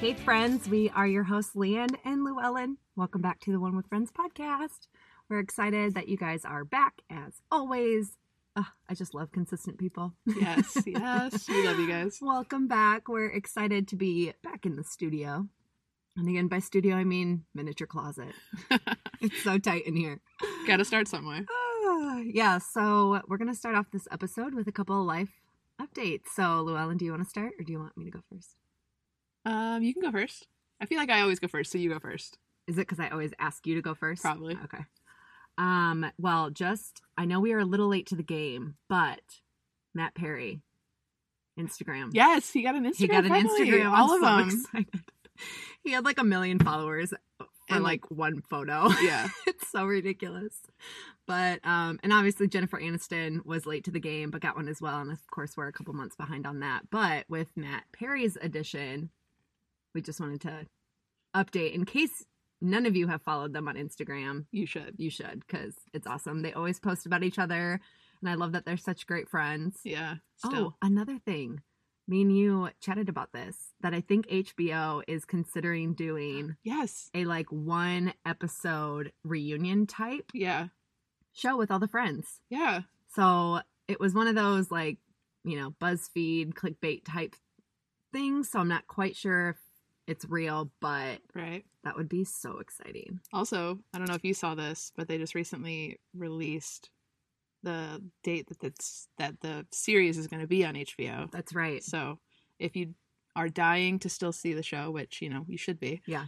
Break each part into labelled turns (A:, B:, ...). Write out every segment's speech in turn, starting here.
A: Hey, friends, we are your hosts, Leanne and Llewellyn. Welcome back to the One with Friends podcast. We're excited that you guys are back as always. Ugh, I just love consistent people.
B: Yes, yes. We love you guys.
A: Welcome back. We're excited to be back in the studio. And again, by studio, I mean miniature closet. it's so tight in here.
B: Gotta start somewhere.
A: Ah, yeah, so we're going to start off this episode with a couple of life updates. So, Llewellyn, do you want to start or do you want me to go first?
B: Um, you can go first. I feel like I always go first, so you go first.
A: Is it because I always ask you to go first?
B: Probably.
A: Okay. Um, well, just I know we are a little late to the game, but Matt Perry, Instagram.
B: Yes, he got an Instagram.
A: he got an
B: finally.
A: Instagram.
B: All
A: I'm
B: of them.
A: so Excited. He had like a million followers for
B: And,
A: like one photo.
B: Yeah.
A: it's so ridiculous. But um, and obviously Jennifer Aniston was late to the game, but got one as well. And of course, we're a couple months behind on that. But with Matt Perry's edition, we just wanted to update in case none of you have followed them on Instagram.
B: You should.
A: You should because it's awesome. They always post about each other, and I love that they're such great friends.
B: Yeah.
A: Oh,
B: Still.
A: another thing. Me and you chatted about this that I think HBO is considering doing
B: Yes.
A: a like one episode reunion type
B: Yeah.
A: show with all the friends.
B: Yeah.
A: So it was one of those like, you know, BuzzFeed clickbait type things. So I'm not quite sure if it's real, but
B: Right.
A: that would be so exciting.
B: Also, I don't know if you saw this, but they just recently released the date that that's that the series is going to be on HBO.
A: That's right.
B: So, if you are dying to still see the show, which you know you should be,
A: Yeah.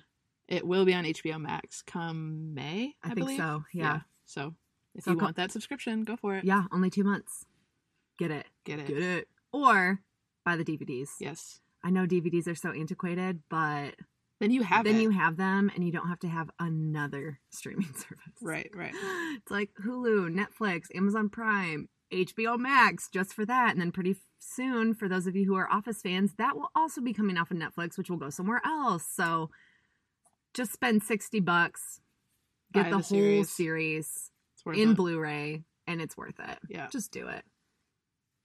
B: it will be on HBO Max come May. I,
A: I, think
B: believe.
A: so. Yeah.
B: So if
A: So
B: you
A: co-
B: want that subscription, go for
A: yeah.
B: it.
A: Only two months. Get it.
B: Get it.
A: Get it. Or buy the DVDs.
B: Yes.
A: I know DVDs are so antiquated, but
B: Then you have
A: then
B: it.
A: you have them and you don't have to have another streaming service.
B: right, right.
A: It's like Hulu, Netflix, Amazon Prime, HBO Max just for that. And then pretty f- soon, for those of you who are Office fans, that will also be coming off of Netflix, which will go somewhere else. So just spend 60 bucks, get the,
B: Buy
A: whole
B: the series.
A: series,
B: It's worth
A: in
B: it.
A: Blu ray, and it's worth it.
B: Yeah.
A: Just do it.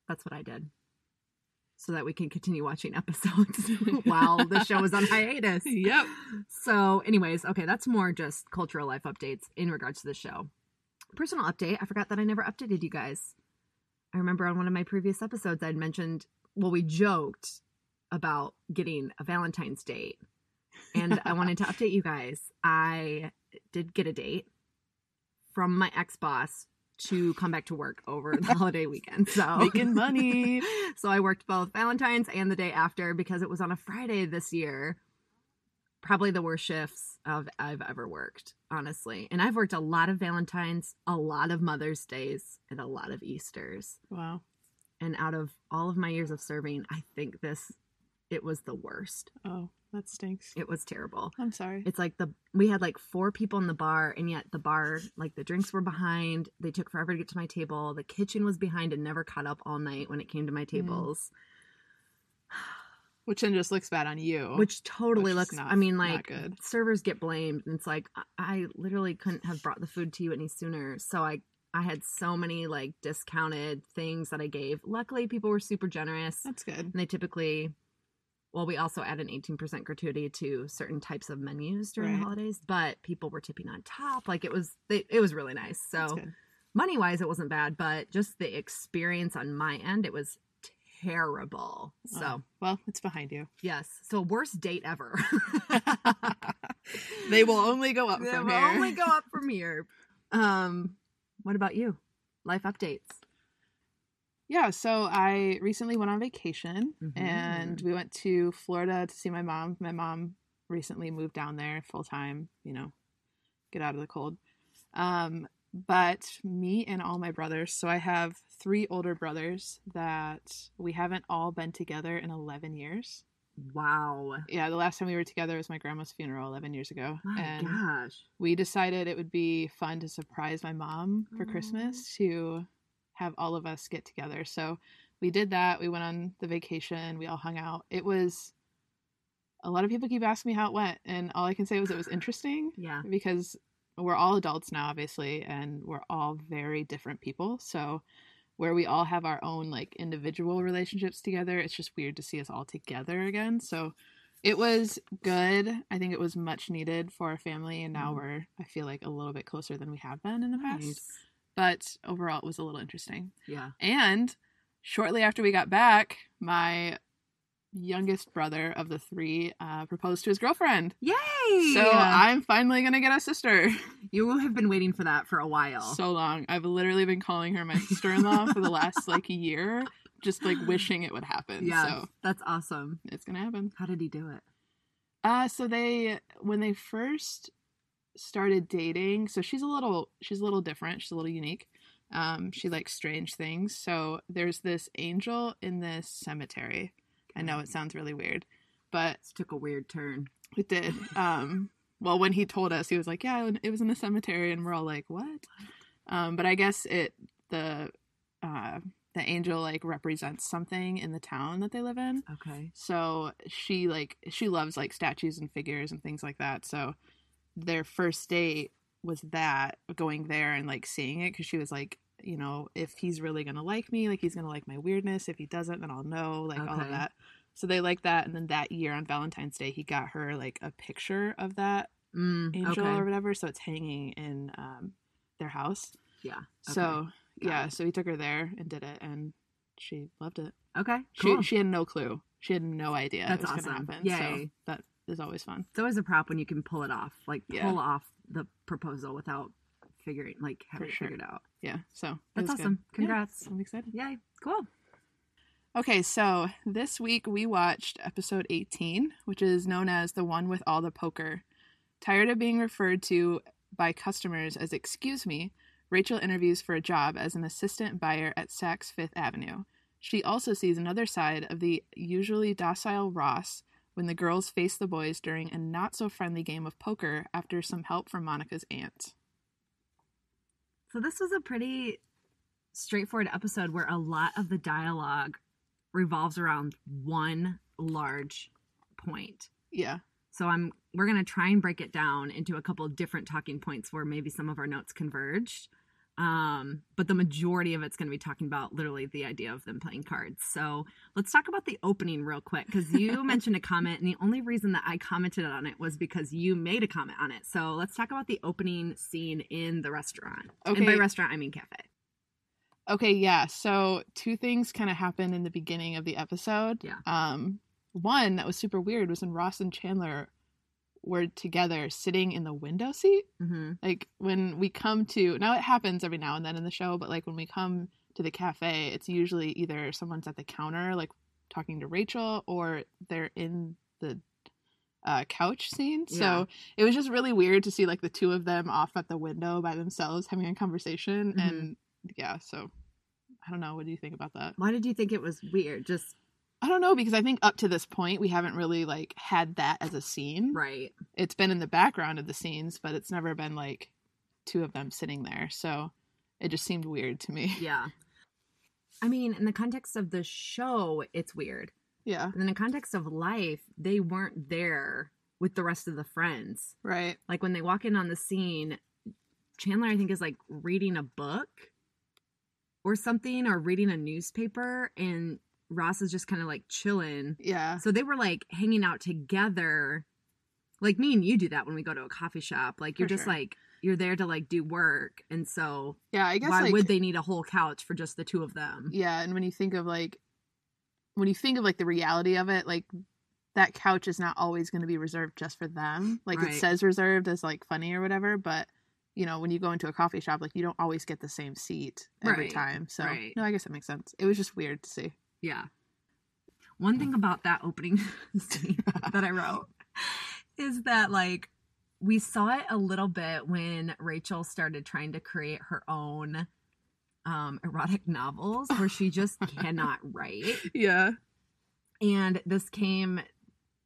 A: That's what I did. So that we can continue watching episodes while the show is on hiatus.
B: Yep.
A: So, anyways, okay, that's more just cultural life updates in regards to the show. Personal update I forgot that I never updated you guys. I remember on one of my previous episodes, I'd mentioned, well, we joked about getting a Valentine's date. And I wanted to update you guys. I did get a date from my ex boss to come back to work over the holiday weekend. So,
B: Making money.
A: so I worked both Valentine's and the day after because it was on a Friday this year. Probably the worst shifts of I've ever worked, honestly. And I've worked a lot of Valentine's, a lot of Mother's Days, and a lot of Easters.
B: Wow.
A: And out of all of my years of serving, I think this it was the worst.
B: Oh, that stinks.
A: It was terrible.
B: I'm sorry.
A: It's like the we had like four people in the bar, and yet the bar like the drinks were behind. They took forever to get to my table. The kitchen was behind and never caught up all night when it came to my tables.
B: Which then just looks bad on you.
A: which totally
B: is
A: looks
B: not-
A: i mean
B: not
A: like
B: good.
A: servers get blamed and it's like I, I literally couldn't have brought the food to you any sooner so i i had so many like discounted things that i gave luckily people were super generous and
B: that's good.
A: they typically well we also add an 18% gratuity to certain types of menus during the
B: Right.
A: holidays but people were tipping on top like it was they, it was really nice
B: That's
A: so
B: good.
A: money wise it wasn't bad but just the experience on my end it was terrible so
B: Oh, well, it's behind you.
A: Yes. So worst date ever.
B: They will only go up
A: They
B: from
A: will
B: here.
A: only go up from here. Um, what about you? Life updates.
B: Yeah, so I recently went on vacation
A: Mhm.
B: and we went to Florida to see my mom. My mom recently moved down there full time, you know, get out of the cold. Um, but me and all my brothers, so I have three older brothers that we haven't all been together in 11 years.
A: Wow.
B: Yeah, the last time we were together was my grandma's funeral 11 years ago.
A: My
B: and
A: gosh.
B: we decided it would be fun to surprise my mom for
A: Aw.
B: Christmas to have all of us get together. So we did that. We went on the vacation. We all hung out. It was a lot of people keep asking me how it went, and all I can say was it was interesting
A: Yeah.
B: because we're all adults now, obviously, and we're all very different people. So where we all have our own like individual relationships together, it's just weird to see us all together again. So It was good. I think it was much needed for our family, and now
A: Mhm.
B: we're I feel like a little bit closer than we have been in the past.
A: Nice.
B: But overall, it was a little interesting.
A: Yeah.
B: And shortly after we got back, my youngest brother of the three uh, proposed to his girlfriend.
A: Yay!
B: So I'm finally gonna get a sister.
A: you have been waiting for that for a while.
B: So long. I've literally been calling her my sister-in-law for the last like year, just like wishing it would happen.
A: yeah,
B: So
A: that's awesome.
B: it's gonna happen.
A: How did he do it?
B: Uh so they when they first started dating, so she's a little she's a little different, she's a little unique. Um, she likes strange things. So there's this angel in this cemetery. I know
A: Mm.
B: it sounds really weird, but
A: This took a weird turn.
B: it did. Um, well, when he told us, he was like, "Yeah, it was in the cemetery," and we're all like, "What?" Um, but I guess it the uh, the angel like represents something in the town that they live in.
A: Okay.
B: So she like she loves like statues and figures and things like that. So their first date was that going there and like seeing it because she was like, you know, if he's really gonna like me, like he's gonna like my weirdness. If he doesn't, then I'll know, like all of
A: Okay.
B: that. So they like that, and then that year on Valentine's Day, he got her like a picture of that
A: Mm,
B: angel
A: okay.
B: or whatever. So it's hanging in um, their house.
A: Yeah.
B: So
A: Got
B: yeah,
A: it.
B: so he took her there and did it, and she loved it.
A: Okay. Cool.
B: She she had no clue. She had no idea
A: That's
B: it was
A: awesome.
B: going to happen. So
A: Yay.
B: that is always fun.
A: it's always a prop when you can pull it off, like pull
B: Yeah.
A: off the proposal without figuring, like having it
B: sure.
A: figured out.
B: Yeah. So it
A: That's
B: was good.
A: awesome.
B: Yeah,
A: Congrats.
B: I'm excited.
A: Yay. Cool.
B: Okay, so this week we watched episode 18, which is known as the one with all the poker. Tired of being referred to by customers as "excuse me," Rachel interviews for a job as an assistant buyer at Saks Fifth Avenue. She also sees another side of the usually docile Ross when the girls face the boys during a not so friendly game of poker after some help from Monica's aunt.
A: So this was a pretty straightforward episode where a lot of the dialogue revolves around one large point.
B: Yeah.
A: So I'm we're going to try and break it down into a couple of different talking points where maybe some of our notes converged. Um, but the majority of it's going to be talking about literally the idea of them playing cards. So let's talk about the opening real quick because you mentioned a comment, and the only reason that I commented on it was because you made a comment on it. So let's talk about the opening scene in the restaurant. And by
B: Okay.
A: restaurant, I mean cafe.
B: Okay, yeah. So two things kind of happened in the beginning of the episode.
A: Yeah.
B: Um, one that was super weird was when Ross and Chandler were together sitting in the window seat.
A: Mm-hmm.
B: Like when we come to now, it happens every now and then in the show, but like when we come to the cafe, it's usually either someone's at the counter, like talking to Rachel, or they're in the uh, couch scene.
A: Yeah.
B: So it was just really weird to see like the two of them off at the window by themselves having a conversation,
A: Mhm.
B: and yeah, so. I don't know. What do you think about that?
A: Why did you think it was weird? Just
B: I don't know because I think up to this point we haven't really like had that as a scene.
A: right.
B: It's been in the background of the scenes, but it's never been like two of them sitting there. So it just seemed weird to me.
A: Yeah. I mean, in the context of the show, it's weird.
B: Yeah.
A: in the context of life, they weren't there with the rest of the friends.
B: Right.
A: Like when they walk in on the scene, Chandler, I think, is like reading a book or something or reading a newspaper, and Ross is just kind of like chilling.
B: Yeah.
A: So they were like hanging out together. Like me and you do that when we go to a coffee shop. Like you're
B: For
A: just
B: sure.
A: like, you're there to like do work. And so
B: Yeah. I guess
A: why
B: like,
A: would they need a whole couch for just the two of them?
B: Yeah, and when you think of like when you think of like the reality of it, like that couch is not always going to be reserved just for them. Like
A: Right.
B: it says reserved as like funny or whatever, but you know, when you go into a coffee shop, like you don't always get the same seat every
A: Right,
B: time. So
A: right.
B: no, I guess that makes sense. It was just weird to see.
A: Yeah. One thing about that opening scene that I wrote is that like we saw it a little bit when Rachel started trying to create her own um erotic novels where she just cannot write.
B: Yeah.
A: And this came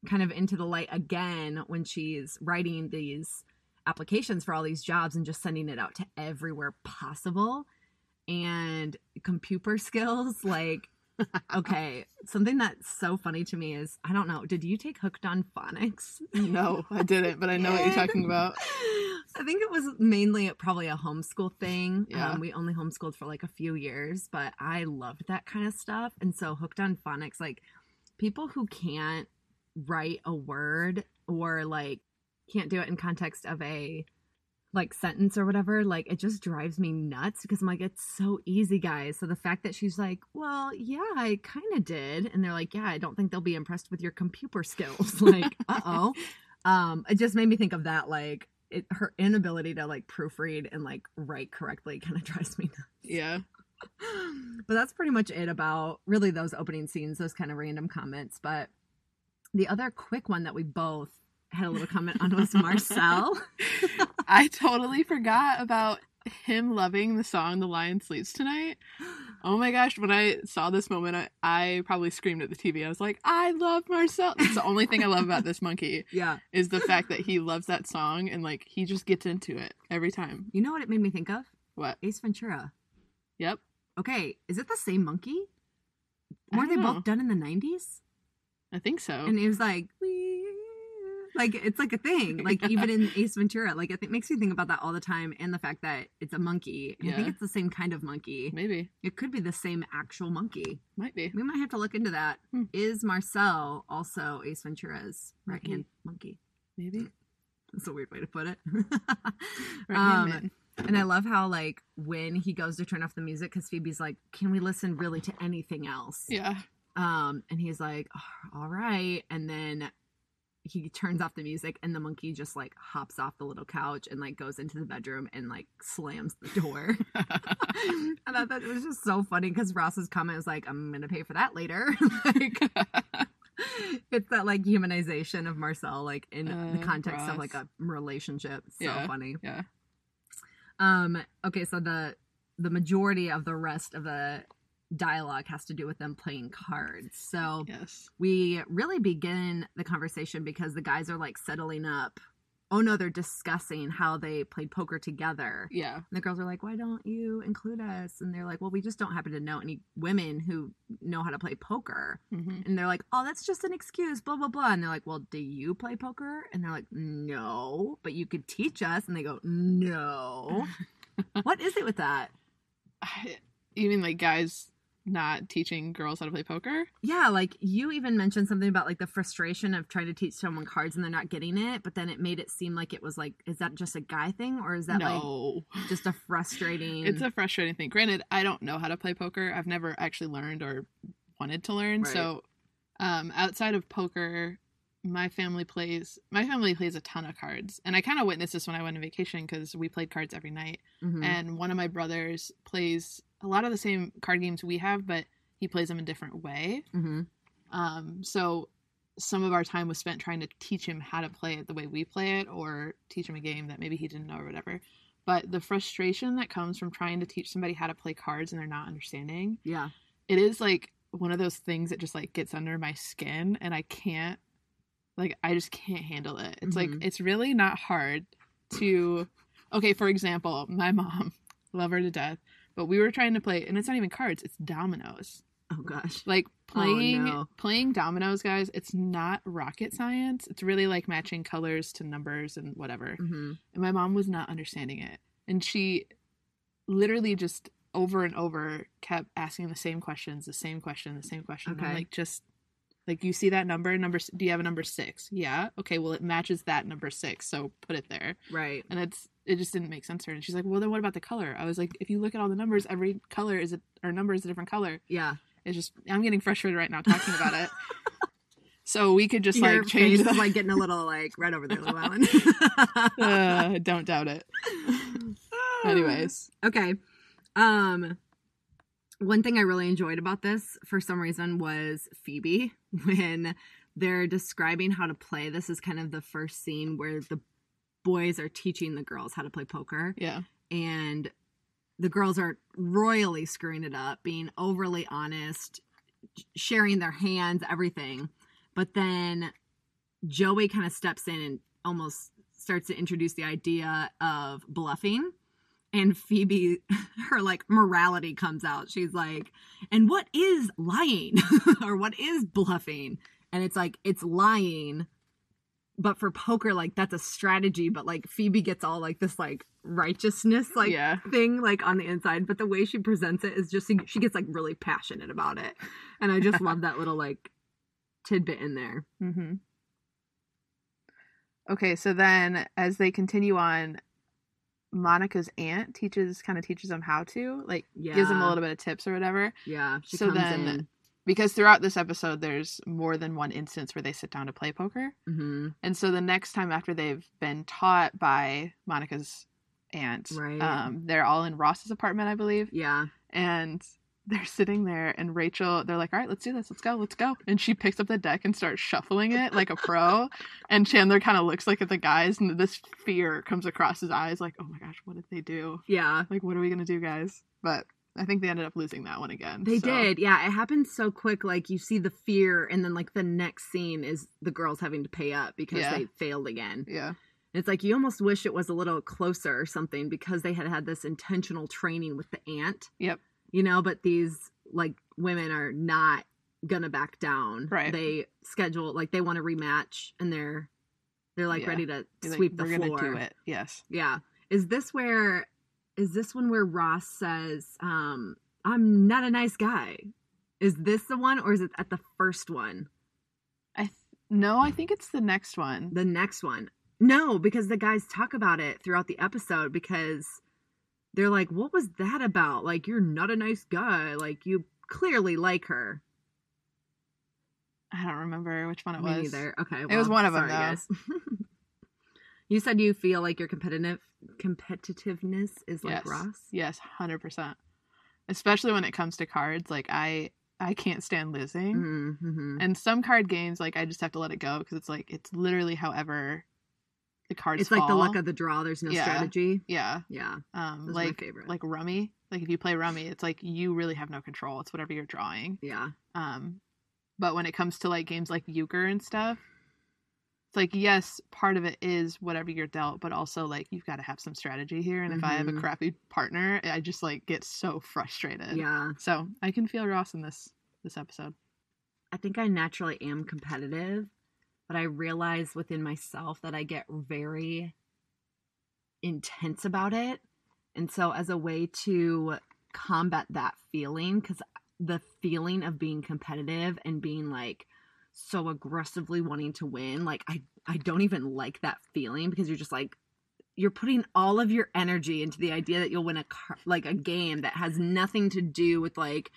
A: kind of into the light again when she's writing these applications for all these jobs and just sending it out to everywhere possible. And computer skills, like, okay, something that's so funny to me is I don't know, did you take Hooked on Phonics?
B: No, I didn't, but I know what you're talking about.
A: I think it was mainly probably a homeschool thing.
B: Yeah.
A: Um, we only homeschooled for like a few years, but I loved that kind of stuff. And so hooked on phonics, like people who can't write a word or like can't do it in context of a like sentence or whatever like it just drives me nuts because i'm like it's so easy guys so the fact that she's like well yeah i kind of did and they're like yeah i don't think they'll be impressed with your computer skills like uh-oh um it just made me think of that like it, her inability to like proofread and like write correctly kind of drives me nuts
B: Yeah.
A: but that's pretty much it about really those opening scenes, those kind of random comments. But the other quick one that we both had a little comment on was Marcel.
B: I totally forgot about him loving the song The Lion Sleeps Tonight. Oh my gosh, when I saw this moment, I, I probably screamed at the TV. I was like, I love Marcel. That's the only thing I love about this monkey
A: yeah.
B: is the fact that he loves that song and like he just gets into it every time.
A: You know what it made me think of?
B: What?
A: Ace Ventura.
B: Yep.
A: Okay, is it the same monkey?
B: I
A: Were they
B: don't know.
A: both done in the 90s?
B: I think so.
A: And it was like, "We-" like it's like a thing. Like even in Ace Ventura, like I think makes me think about that all the time and the fact that it's a monkey. And I think
B: Yeah.
A: it's the same kind of monkey.
B: Maybe.
A: It could be the same actual monkey.
B: Might be.
A: We might have to look into that. Is
B: Hmm.
A: Marcel also Ace Ventura's right hand monkey?
B: Maybe.
A: That's a weird way to put it.
B: Right
A: Um,
B: hand man.
A: and I love how like when he goes to turn off the music because Phoebe's like, "Can we listen really to anything else?"
B: Yeah.
A: Um, and he's like, "Oh, "All right," and then he turns off the music, and the monkey just like hops off the little couch and like goes into the bedroom and like slams the door. and I thought it was just so funny because Ross's comment was like, "I'm gonna pay for that later." like, it's that like humanization of Marcel, like in the
B: Uh,
A: context of
B: Ross.
A: like a relationship. So
B: Yeah,
A: funny.
B: yeah.
A: Um. Okay. So the the majority of the rest of the dialogue has to do with them playing cards. So
B: yes.
A: we really begin the conversation because the guys are like settling up. Oh no, they're discussing how they played poker together.
B: Yeah.
A: And the girls are like, why don't you include us? And they're like, well, we just don't happen to know any women who know how to play poker.
B: hmm
A: And they're like, oh, that's just an excuse, blah, blah, blah. And they're like, well, do you play poker? And they're like, no, but you could teach us. And they go, no. what is it with that?
B: I, you mean like guys not teaching girls how to play poker?
A: Yeah, like you even mentioned something about like the frustration of trying to teach someone cards and they're not getting it, but then it made it seem like it was like, is that just a guy thing or is that
B: no.
A: like just a frustrating?
B: It's a frustrating thing. Granted, I don't know how to play poker. I've never actually learned or wanted to learn.
A: Right.
B: So, um, outside of poker, my family plays. My family plays a ton of cards, and I kind of witnessed this when I went on vacation because we played cards every night.
A: Mhm.
B: And one of my brothers plays a lot of the same card games we have, but he plays them a different way.
A: Mhm.
B: Um, so some of our time was spent trying to teach him how to play it the way we play it or teach him a game that maybe he didn't know or whatever. But the frustration that comes from trying to teach somebody how to play cards and they're not understanding,
A: yeah,
B: it is like one of those things that just like gets under my skin and I can't like I just can't handle it. It's
A: Mhm.
B: like it's really not hard to okay, for example, my mom, love her to death, but we were trying to play and it's not even cards, it's dominoes
A: oh gosh,
B: like playing
A: no.
B: playing dominoes guys it's not rocket science it's really like matching colors to numbers and whatever
A: Mhm.
B: and my mom was not understanding it and she literally just over and over kept asking the same questions the same question the same question And I'm
A: Okay.
B: like just like you see that number number s- do you have a number six yeah okay well it matches that number six so put it there
A: right,
B: and it's it just didn't make sense to her and she's like well then what about the color i was like if you look at all the numbers every color is a or number is a different color
A: yeah,
B: it's just I'm getting frustrated right now talking about it. So we could just
A: Your
B: like change
A: face
B: the
A: is like getting a little like right over there, Llewellyn.
B: uh, don't doubt it. Anyways,
A: Okay. Um one thing I really enjoyed about this for some reason was Phoebe when they're describing how to play. This is kind of the first scene where the boys are teaching the girls how to play poker
B: yeah,
A: and the girls are royally screwing it up, being overly honest, sharing their hands, everything. But then Joey kind of steps in and almost starts to introduce the idea of bluffing. And Phoebe, her like morality comes out. She's like, and what is lying or what is bluffing? And it's like, it's lying. But for poker, like that's a strategy. But like Phoebe gets all like this like righteousness like
B: yeah,
A: thing like on the inside, but the way she presents it is just she gets like really passionate about it, and I just love that little like tidbit in there.
B: Mm-hmm. Okay, so then as they continue on, Monica's aunt teaches kind of teaches them how to like gives them
A: Yeah.
B: a little bit of tips or whatever.
A: Yeah. She
B: So
A: comes
B: then- Because throughout this episode, there's more than one instance where they sit down to play poker,
A: in. hmm
B: and so the next time after they've been taught by Monica's aunt,
A: Right.
B: um, they're all in Ross's apartment, I believe,
A: Yeah.
B: and they're sitting there and Rachel they're like, "All right, let's do this. Let's go. Let's go." And she picks up the deck and starts shuffling it like a pro, and Chandler kind of looks like at the guys and this fear comes across his eyes like, "Oh my gosh, what did they do?
A: Yeah.
B: Like what are we going to do, guys?" But I think they ended up losing that one again.
A: They
B: so-
A: did. Yeah. It happened so quick. Like you see the fear, and then like the next scene is the girls having to pay up because
B: Yeah.
A: they failed again.
B: Yeah.
A: And it's like you almost wish it was a little closer or something because they had had this intentional training with the aunt.
B: Yep.
A: You know, but these like women are not gonna back down.
B: Right.
A: They schedule like they want to rematch and they're they're like
B: Yeah.
A: ready to
B: You're like,
A: sweep the
B: We're
A: floor.
B: gonna do it. Yes.
A: Yeah. Is this where is this one where Ross says, um, I'm not a nice guy? Is this the one or is it at the first one?
B: I th- No, I think it's the next one.
A: The next one? No, because the guys talk about it throughout the episode because they're like, What was that about? Like, you're not a nice guy. Like, you clearly like her.
B: I don't remember which one it
A: Me
B: was.
A: neither. Okay.
B: was one of 'em,
A: sorry, guys. you said you feel like your competitive competitiveness is like
B: Yes.
A: Ross.
B: Yes, hundred percent. Especially when it comes to cards, like I I can't stand losing.
A: Mm-hmm.
B: And some card games, like I just have to let it go because it's like it's literally however the cards.
A: It's like the
B: fall.
A: luck of the draw. There's no
B: Yeah.
A: strategy.
B: yeah.
A: Yeah,
B: Um,
A: that's my
B: like
A: favorite.
B: like rummy. Like if you play rummy, it's like you really have no control. It's whatever you're drawing.
A: yeah,
B: Um, but when it comes to like games like euchre and stuff, it's like yes, part of it is whatever you're dealt, but also like you've got to have some strategy here. And if I have a
A: Mhm.
B: crappy partner, I just like get so frustrated.
A: yeah.
B: So I can feel Ross in this this episode.
A: I think I naturally am competitive, but I realize within myself that I get very intense about it. And so, as a way to combat that feeling, because the feeling of being competitive and being like so aggressively wanting to win, like I, I don't even like that feeling because you're just like, you're putting all of your energy into the idea that you'll win a car- like a game that has nothing to do with like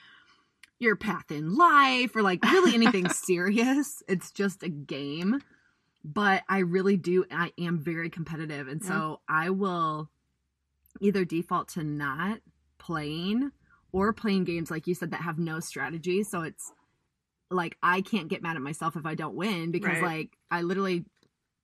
A: your path in life or like really anything serious. It's just a game. But I really do I am very competitive and so I will either default to not playing or playing games like you said that have no strategy so it's like I can't get mad at myself if I don't win because
B: Right.
A: like I literally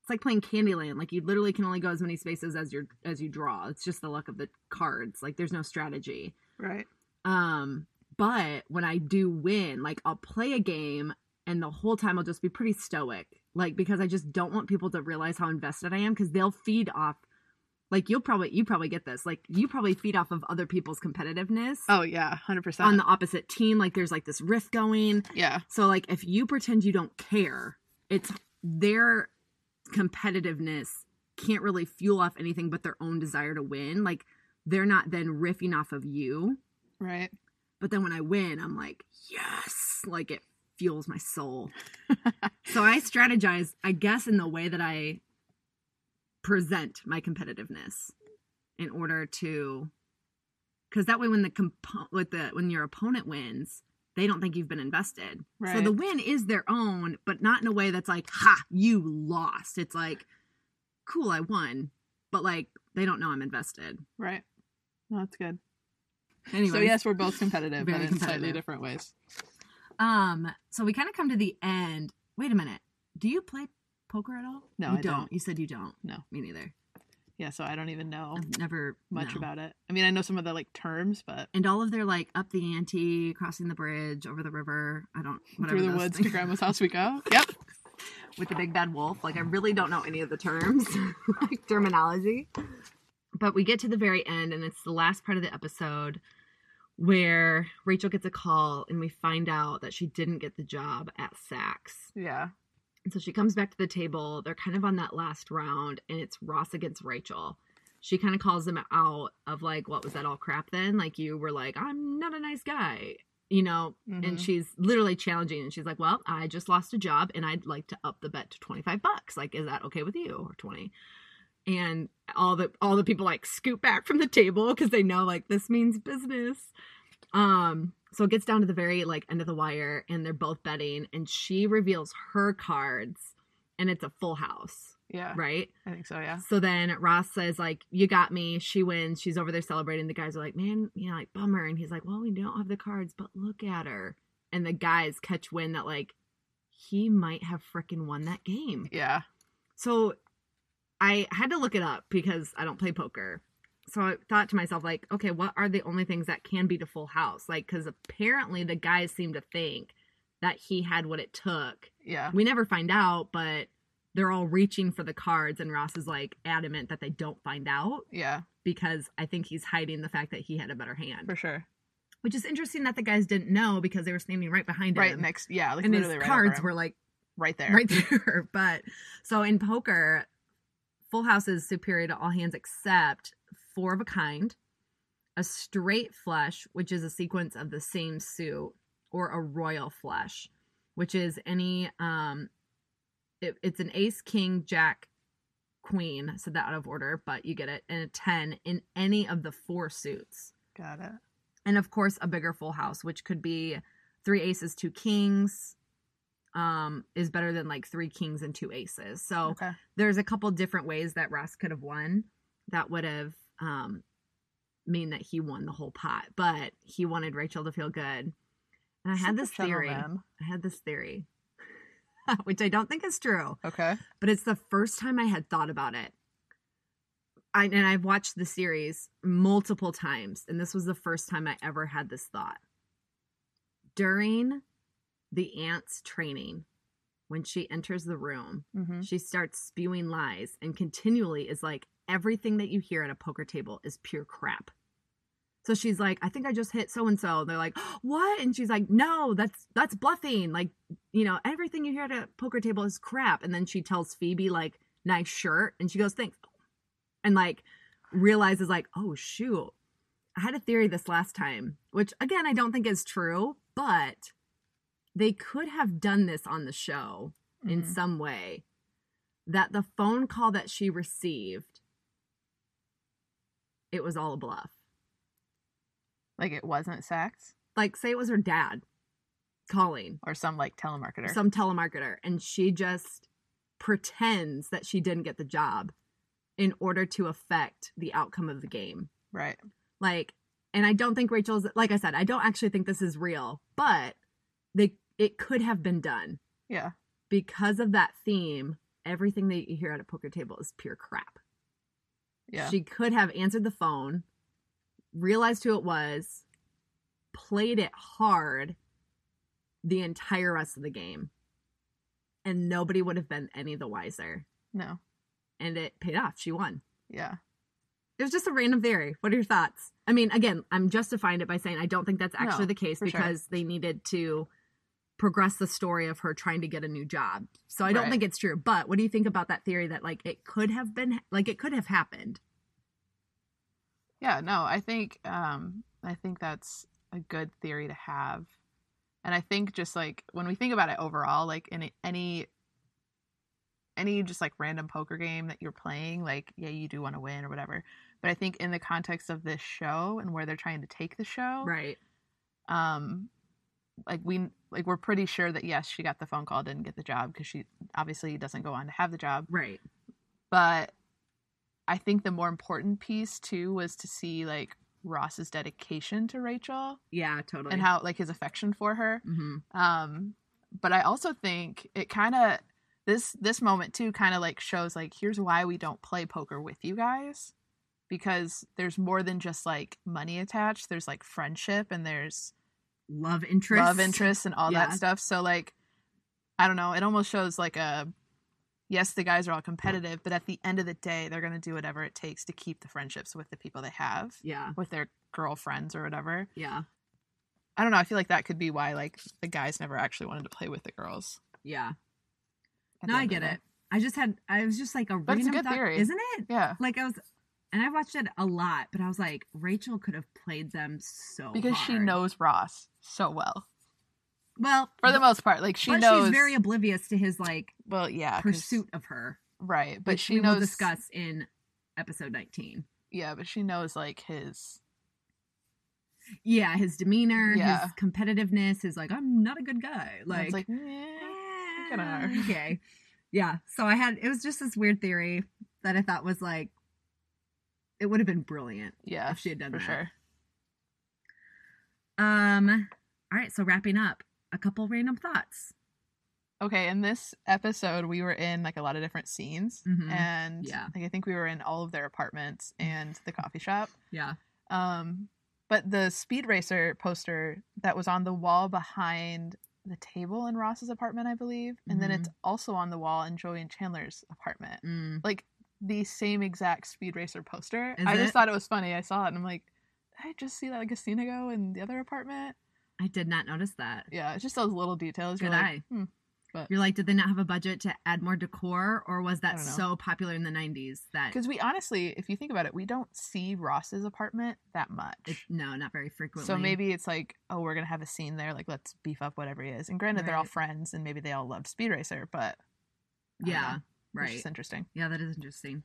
A: it's like playing Candyland like you literally can only go as many spaces as you as you draw. It's just the luck of the cards. Like there's no strategy.
B: Right.
A: Um, but when I do win, like I'll play a game and the whole time I'll just be pretty stoic. Like because I just don't want people to realize how invested I am because they'll feed off like you'll probably you probably get this. Like you probably feed off of other people's competitiveness
B: Oh yeah, hundred percent.
A: on the opposite team. Like there's like this rift going.
B: yeah,
A: So like if you pretend you don't care, it's their competitiveness can't really fuel off anything but their own desire to win. Like they're not then riffing off of you.
B: right.
A: But then when I win, I'm like, yes, like it fuels my soul. so I strategize, I guess, in the way that I present my competitiveness in order to, because that way when the comp with the when your opponent wins, they don't think you've been invested. So
B: Right.
A: the win is their own, but not in a way that's like, ha, you lost. It's like, cool, I won, but like they don't know I'm invested.
B: Right. No, that's good.
A: Anyway,
B: So yes, we're both competitive, but
A: Very
B: in slightly
A: competitive.
B: different ways.
A: Um, so we kind of come to the end. Wait a minute. Do you play poker at all?
B: No,
A: you
B: I don't.
A: You said you don't.
B: No.
A: me neither.
B: Yeah. So I don't even know
A: I've never
B: much
A: no.
B: about it. I mean, I know some of the like terms, but
A: And all of their like up the ante, crossing the bridge, over the river. I don't whatever
B: through the
A: those
B: woods to
A: things-
B: grandma's house we go. Yep.
A: with the big bad wolf. Like I really don't know any of the terms, like terminology. But we get to the very end, and it's the last part of the episode where Rachel gets a call, and we find out that she didn't get the job at Saks.
B: Yeah.
A: And so she comes back to the table. They're kind of on that last round, and it's Ross against Rachel. She kind of calls him out of like, what was that all crap then? Like, you were like, I'm not a nice guy. you know, and
B: Mhm.
A: she's literally challenging and she's like, Well, I just lost a job and I'd like to up the bet to twenty five bucks. Like, is that okay with you? Or twenty. And all the all the people like scoot back from the table because they know like this means business. Um so it gets down to the very like end of the wire and they're both betting and she reveals her cards and it's a full house,
B: yeah,
A: right?
B: I think so. Yeah,
A: So then Ross says, like, you got me. She wins. She's over there celebrating. The guys are like, man, you know, like, bummer. And he's like, well, we don't have the cards, but look at her. And the guys catch wind that, like, he might have frickin' won that game.
B: yeah,
A: So I had to look it up because I don't play poker. So I thought to myself, like, okay, what are the only things that can be to full house? Like, because apparently the guys seem to think that he had what it took
B: yeah,
A: we never find out, but they're all reaching for the cards, and Ross is like adamant that they don't find out
B: yeah,
A: because I think he's hiding the fact that he had a better hand,
B: for sure.
A: which is interesting that the guys didn't know because they were standing right behind
B: Right
A: him,
B: next, yeah, like
A: and his
B: literally right over
A: cards
B: him.
A: were like
B: right there.
A: right there. But so in poker, full house is superior to all hands except four of a kind, a straight flush, which is a sequence of the same suit, or a royal flush, which is any um it, it's an ace, king, jack, queen. Said that out of order, but you get it, and a ten in any of the four suits
B: Got it.
A: and of course a bigger full house which could be three aces two kings um is better than like three kings and two aces so
B: Okay.
A: there's a couple different ways that ross could have won that would have um mean that he won the whole pot but he wanted rachel to feel good and i had
B: Super
A: this theory
B: gentleman.
A: i had this theory which i don't think is true
B: Okay.
A: but it's the first time I had thought about it. I, and I've watched the series multiple times, and this was the first time I ever had this thought. During the aunt's training, when she enters the room,
B: Mm-hmm.
A: she starts spewing lies and continually is like, everything that you hear at a poker table is pure crap. So she's like, I think I just hit so and so. They're like, what? And she's like, no, that's that's bluffing. Like, you know, everything you hear at a poker table is crap. And then she tells Phoebe like, nice shirt, and she goes, thanks, and like realizes like, oh shoot, I had a theory this last time, which again I don't think is true, but they could have done this on the show in
B: mm-hmm.
A: some way that the phone call that she received it was all a bluff
B: like it wasn't sex
A: like say it was her dad calling
B: or some like telemarketer.
A: some telemarketer and she just pretends that she didn't get the job in order to affect the outcome of the game
B: right.
A: like and i don't think rachel's like i said i don't actually think this is real but they it could have been done
B: Yeah.
A: because of that theme everything that you hear at a poker table is pure crap
B: Yeah.
A: She could have answered the phone, realized who it was, played it hard the entire rest of the game, and nobody would have been any the wiser.
B: no.
A: And it paid off. She won.
B: Yeah.
A: It was just a random theory. What are your thoughts? I mean, again, I'm justifying it by saying I don't think that's actually
B: No,
A: the case
B: for sure.
A: because they needed to progress the story of her trying to get a new job. So I don't
B: Right.
A: think it's true. But what do you think about that theory that like it could have been like it could have happened?
B: Yeah, no, I think um I think that's a good theory to have. And I think just like when we think about it overall, like in any any just like random poker game that you're playing, like yeah, you do want to win or whatever. But I think in the context of this show and where they're trying to take the show,
A: Right.
B: um like we like we're pretty sure that yes, she got the phone call, didn't get the job because she obviously doesn't go on to have the job
A: Right.
B: but I think the more important piece too was to see like Ross's dedication to Rachel
A: Yeah, totally.
B: and how like his affection for her.
A: hmm
B: Um, but I also think it kind of this this moment too kind of like shows like here's why we don't play poker with you guys because there's more than just like money attached. There's like friendship and there's
A: love interest.
B: love interests and all
A: Yeah.
B: that stuff. So like I don't know, it almost shows like a yes, the guys are all competitive, but at the end of the day, they're going to do whatever it takes to keep the friendships with the people they have,
A: Yeah,
B: with their girlfriends or whatever.
A: yeah,
B: I don't know, I feel like that could be why like the guys never actually wanted to play with the girls.
A: yeah.
B: at
A: No,
B: the
A: I
B: end of
A: get
B: the
A: it.
B: day.
A: I just had. I was just like a
B: But it's a
A: random
B: good
A: thought,
B: theory.
A: isn't it?
B: Yeah.
A: Like I was. and I've watched it a lot, but I was like, Rachel could have played them so
B: because she
A: hard.
B: knows Ross so well
A: Well,
B: for the most part. Like she
A: but
B: knows
A: she's very oblivious to his like
B: well, yeah, 'cause-
A: pursuit of her,
B: right? But
A: which
B: she
A: we
B: knows
A: will discuss in episode nineteen.
B: Yeah, but she knows like his
A: Yeah, his demeanor,
B: Yeah.
A: his competitiveness, his like, I'm not a good guy.
B: and
A: Like,
B: it's like "Meh."
A: "Ah,
B: look at her."
A: okay. Yeah. So I had it was just this weird theory that I thought was like it would have been brilliant
B: yeah,
A: if she had done
B: for
A: that.
B: sure.
A: Um all right, so wrapping up, a couple random thoughts.
B: Okay, in this episode, we were in like a lot of different scenes,
A: Mhm.
B: and
A: Yeah. Mm.
B: like I think we were in all of their apartments and the coffee shop.
A: Yeah.
B: Um, but the speed racer poster that was on the wall behind the table in Ross's apartment, I believe, and then it's
A: Mm-hmm.
B: also on the wall in Joey and Chandler's apartment.
A: Mm.
B: Like the same exact speed racer poster.
A: Is
B: I
A: it?
B: just thought it was funny. I saw it and I'm like, "Did I just see that like a scene ago in the other apartment.
A: I did not notice that.
B: Yeah, it's just those little details. You're
A: Good
B: like,
A: eye.
B: "Hmm."
A: You're like, did they not have a budget to add more decor or was
B: I
A: that
B: don't know.
A: so popular in the nineties that
B: Because we honestly, if you think about it, we don't see Ross's apartment that much.
A: it, no, not very frequently.
B: so maybe it's like, oh, we're gonna have a scene there. Like, let's beef up whatever he is. And granted, they're all
A: Right.
B: friends, and maybe they all loved Speed Racer, but I don't
A: Yeah.
B: know. It's
A: Right.
B: just interesting.
A: Yeah, that is interesting.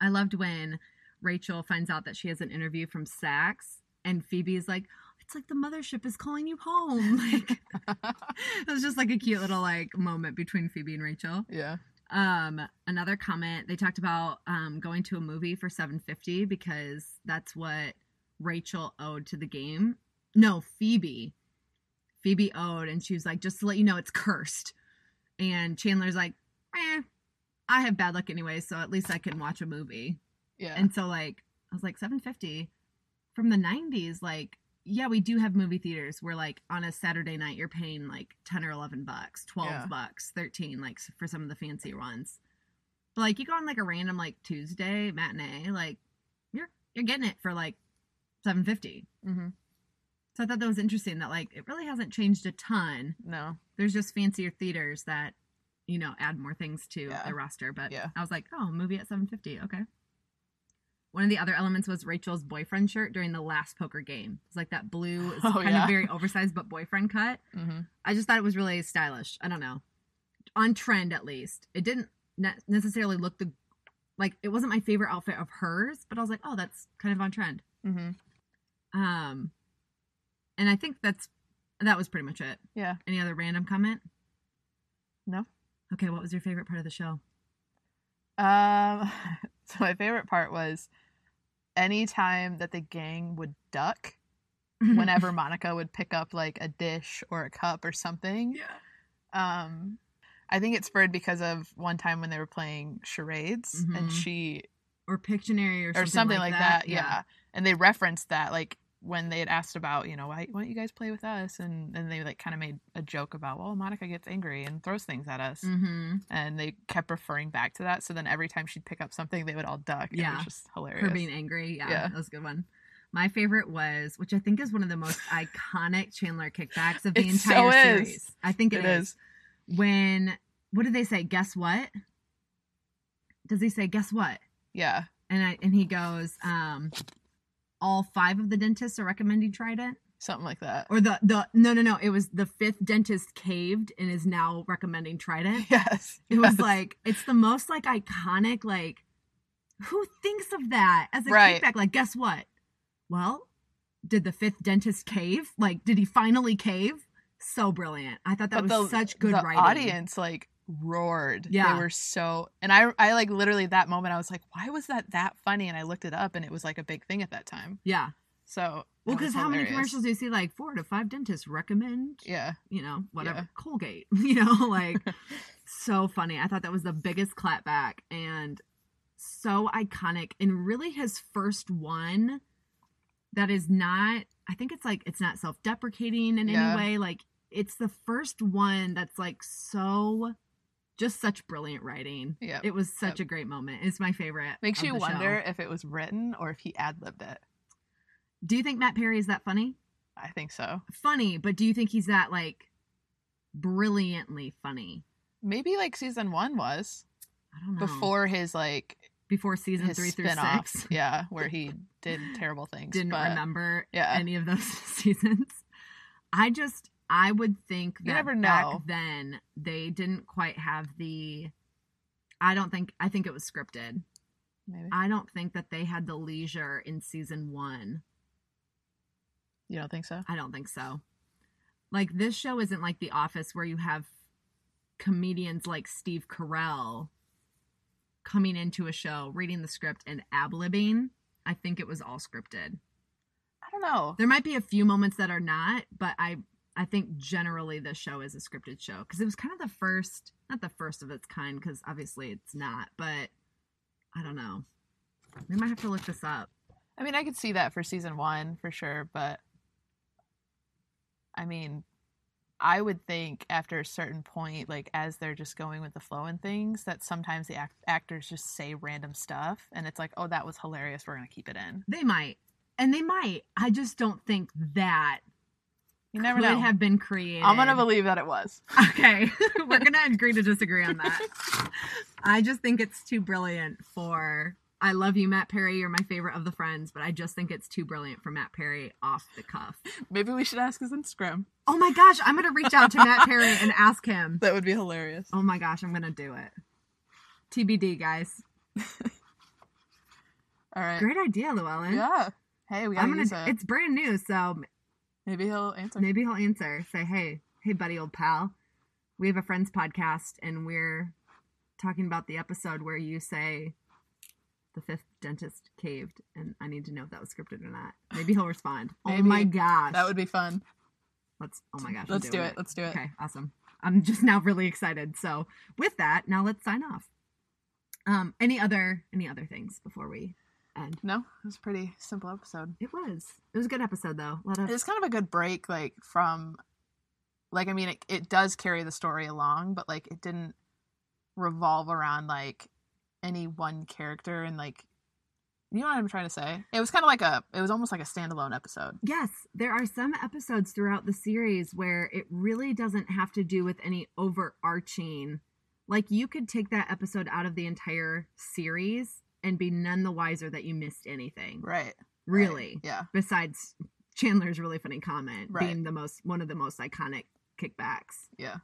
A: I loved when Rachel finds out that she has an interview from Saks, and Phoebe is like, "It's like the mothership is calling you home." Like it was just like a cute little like moment between Phoebe and Rachel.
B: yeah.
A: Um, another comment they talked about um, going to a movie for seven fifty because that's what Rachel owed to the game. No, Phoebe. Phoebe owed, and she was like, "Just to let you know, it's cursed." And Chandler's like, "Eh, I have bad luck anyway, so at least I can watch a movie."
B: Yeah.
A: And so like I was like 750 from the 90s like yeah, we do have movie theaters where like on a Saturday night you're paying like 10 or 11 bucks, 12
B: Yeah.
A: bucks, 13 like for some of the fancier ones. But like you go on like a random like Tuesday matinee like you're you're getting it for like 750.
B: hmm
A: So I thought that was interesting that like it really hasn't changed a ton.
B: No.
A: There's just fancier theaters that you know add more things to
B: Yeah.
A: their roster, but
B: Yeah.
A: I was like, oh, movie at 750. Okay. One of the other elements was Rachel's boyfriend shirt during the last poker game. It's like that blue, it's
B: Oh,
A: kind
B: yeah.
A: of very oversized but boyfriend cut.
B: hmm
A: I just thought it was really stylish. I don't know, on trend at least. It didn't ne- necessarily look the like it wasn't my favorite outfit of hers, but I was like, oh, that's kind of on trend.
B: hmm
A: Um, and I think that's that was pretty much it.
B: Yeah.
A: Any other random comment?
B: No.
A: Okay, what was your favorite part of the show?
B: Um. So my favorite part was any time that the gang would duck
A: Mm-hmm.
B: whenever Monica would pick up like a dish or a cup or something.
A: yeah.
B: Um, I think it spurred because of one time when they were playing charades and
A: Mhm.
B: she
A: or Pictionary or
B: or
A: something, like, that.
B: Yeah. and they referenced that like when they had asked about you know why, why don't you guys play with us and and they like kind of made a joke about well Monica gets angry and throws things at us
A: Mm-hmm.
B: and they kept referring back to that so then every time she'd pick up something they would all duck and it
A: Yeah.
B: was just hilarious
A: Her being angry. Yeah,
B: Yeah.
A: That was a good one. My favorite was, which I think is one of the most iconic Chandler kickbacks of the
B: It so
A: entire
B: is.
A: series. I think
B: It
A: it is. When, what did they say? Guess what? Does he say, guess what?
B: yeah
A: And I, and he goes, um, all five of the dentists are recommending Trident.
B: something like that
A: Or the, the, no, no, no. It was the fifth dentist caved and is now recommending Trident.
B: yes
A: It was
B: yes.
A: like it's the most like iconic like who thinks of that as a
B: Right.
A: kickback? Like guess what? Well, did the fifth dentist cave? Like did he finally cave? So brilliant. I thought that
B: But
A: was such good
B: the
A: writing.
B: audience like roared
A: Yeah.
B: they were so and i i like literally that moment i was like why was that that funny and i looked it up and it was like a big thing at that time
A: Yeah.
B: so
A: Well,
B: it was
A: because how many
B: hilarious.
A: commercials do you see like four to five dentists recommend,
B: yeah
A: you know, whatever,
B: Yeah.
A: Colgate, you know, like so funny. I thought that was the biggest clapback and so iconic and really his first one that is not I think it's like it's not self-deprecating in
B: Yeah.
A: any way like it's the first one that's like so just such brilliant writing.
B: yeah
A: It was such a great moment. It's my favorite.
B: makes
A: of
B: you
A: the show.
B: wonder if it was written or if he ad-libbed it
A: Do you think Matt Perry is that funny?
B: i think so
A: Funny, but do you think he's that like brilliantly funny?
B: maybe like season one was
A: I don't know.
B: before his like
A: before Hmm. season
B: his
A: three through
B: spin-offs,
A: six.
B: Yeah, where he did terrible things.
A: Didn't
B: but
A: remember
B: Yeah.
A: any of those seasons. I just I would think that
B: You never know.
A: back then they didn't quite have the I don't think I think it was scripted.
B: maybe
A: I don't think that they had the leisure in season 1.
B: you don't think so.
A: I don't think so. Like this show isn't like The Office where you have comedians like Steve Carell coming into a show, reading the script and ablibbing. I think it was all scripted.
B: I don't know.
A: There might be a few moments that are not, but I I think generally this show is a scripted show because it was kind of the first, not the first of its kind, because obviously it's not. But I don't know. We might have to look this up.
B: I mean, I could see that for season one for sure, but I mean, I would think after a certain point, like as they're just going with the flow and things, that sometimes the act- actors just say random stuff, and it's like, oh, that was hilarious. We're gonna keep it in.
A: They might, and they might. I just don't think that
B: You never
A: could
B: know.
A: have been created.
B: I'm gonna believe that it was.
A: Okay, we're gonna agree to disagree on that. I just think it's too brilliant for. I love you, Matt Perry. You're my favorite of the friends, but I just think it's too brilliant for Matt Perry off the cuff.
B: Maybe we should ask his Instagram.
A: Oh my gosh, I'm gonna reach out to Matt Perry and ask him.
B: That would be hilarious.
A: Oh my gosh, I'm gonna do it. TBD, guys.
B: All right.
A: Great idea, Llewellyn.
B: Yeah. Hey, we gotta
A: I'm gonna.
B: use it.
A: It's brand new, so
B: Maybe he'll answer.
A: maybe he'll answer. Say, hey, hey, buddy, old pal. We have a friends podcast, and we're talking about the episode where you say the fifth dentist caved, and I need to know if that was scripted or not. Maybe he'll respond. oh
B: Maybe.
A: my gosh,
B: That would be fun.
A: Let's. Oh my gosh, I'm
B: Let's do
A: doing
B: it. Let's do it.
A: Okay, awesome. I'm just now really excited. So with that, now let's sign off. Um, any other any other things before we end?
B: No, it was a pretty simple episode.
A: It was it was a good episode though. Let us
B: It's kind of a good break, like from, like I mean, it it does carry the story along, but like it didn't revolve around like any one character and like, you know what I'm trying to say. It was kind of like a, it was almost like a standalone episode.
A: Yes, there are some episodes throughout the series where it really doesn't have to do with any overarching. Like you could take that episode out of the entire series and be none the wiser that you missed anything.
B: Right.
A: Really.
B: Yeah.
A: Besides Chandler's really funny comment
B: Right.
A: being the most one of the most iconic kickbacks.
B: Yeah.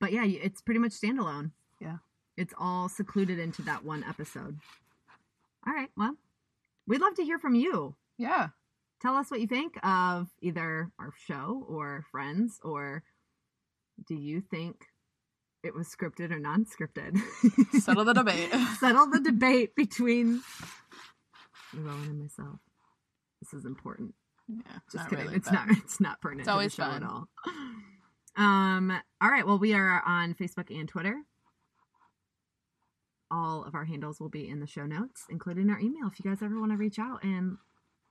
A: But yeah, you- it's pretty much standalone.
B: Yeah.
A: It's all secluded into that one episode. All right. Well, we'd love to hear from you
B: Yeah.
A: tell us what you think of either our show or friends or do you think it was scripted or non-scripted
B: Settle the debate.
A: settle the debate between Rowan and myself this is important
B: Yeah.
A: just
B: not
A: kidding
B: really,
A: it's
B: but-
A: not it's not pertinent
B: It's
A: to
B: always
A: the show
B: fun.
A: at all um all right well we are on facebook and twitter all of our handles will be in the show notes including our email if you guys ever want to reach out and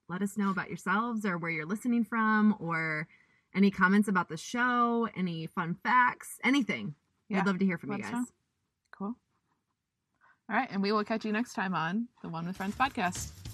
A: let us know about yourselves or where you're listening from or any comments about the show any fun facts anything
B: Yeah.
A: we'd love to hear from you
B: Let us
A: guys
B: know. Cool. All right, and we will catch you next time on the One with Friends podcast.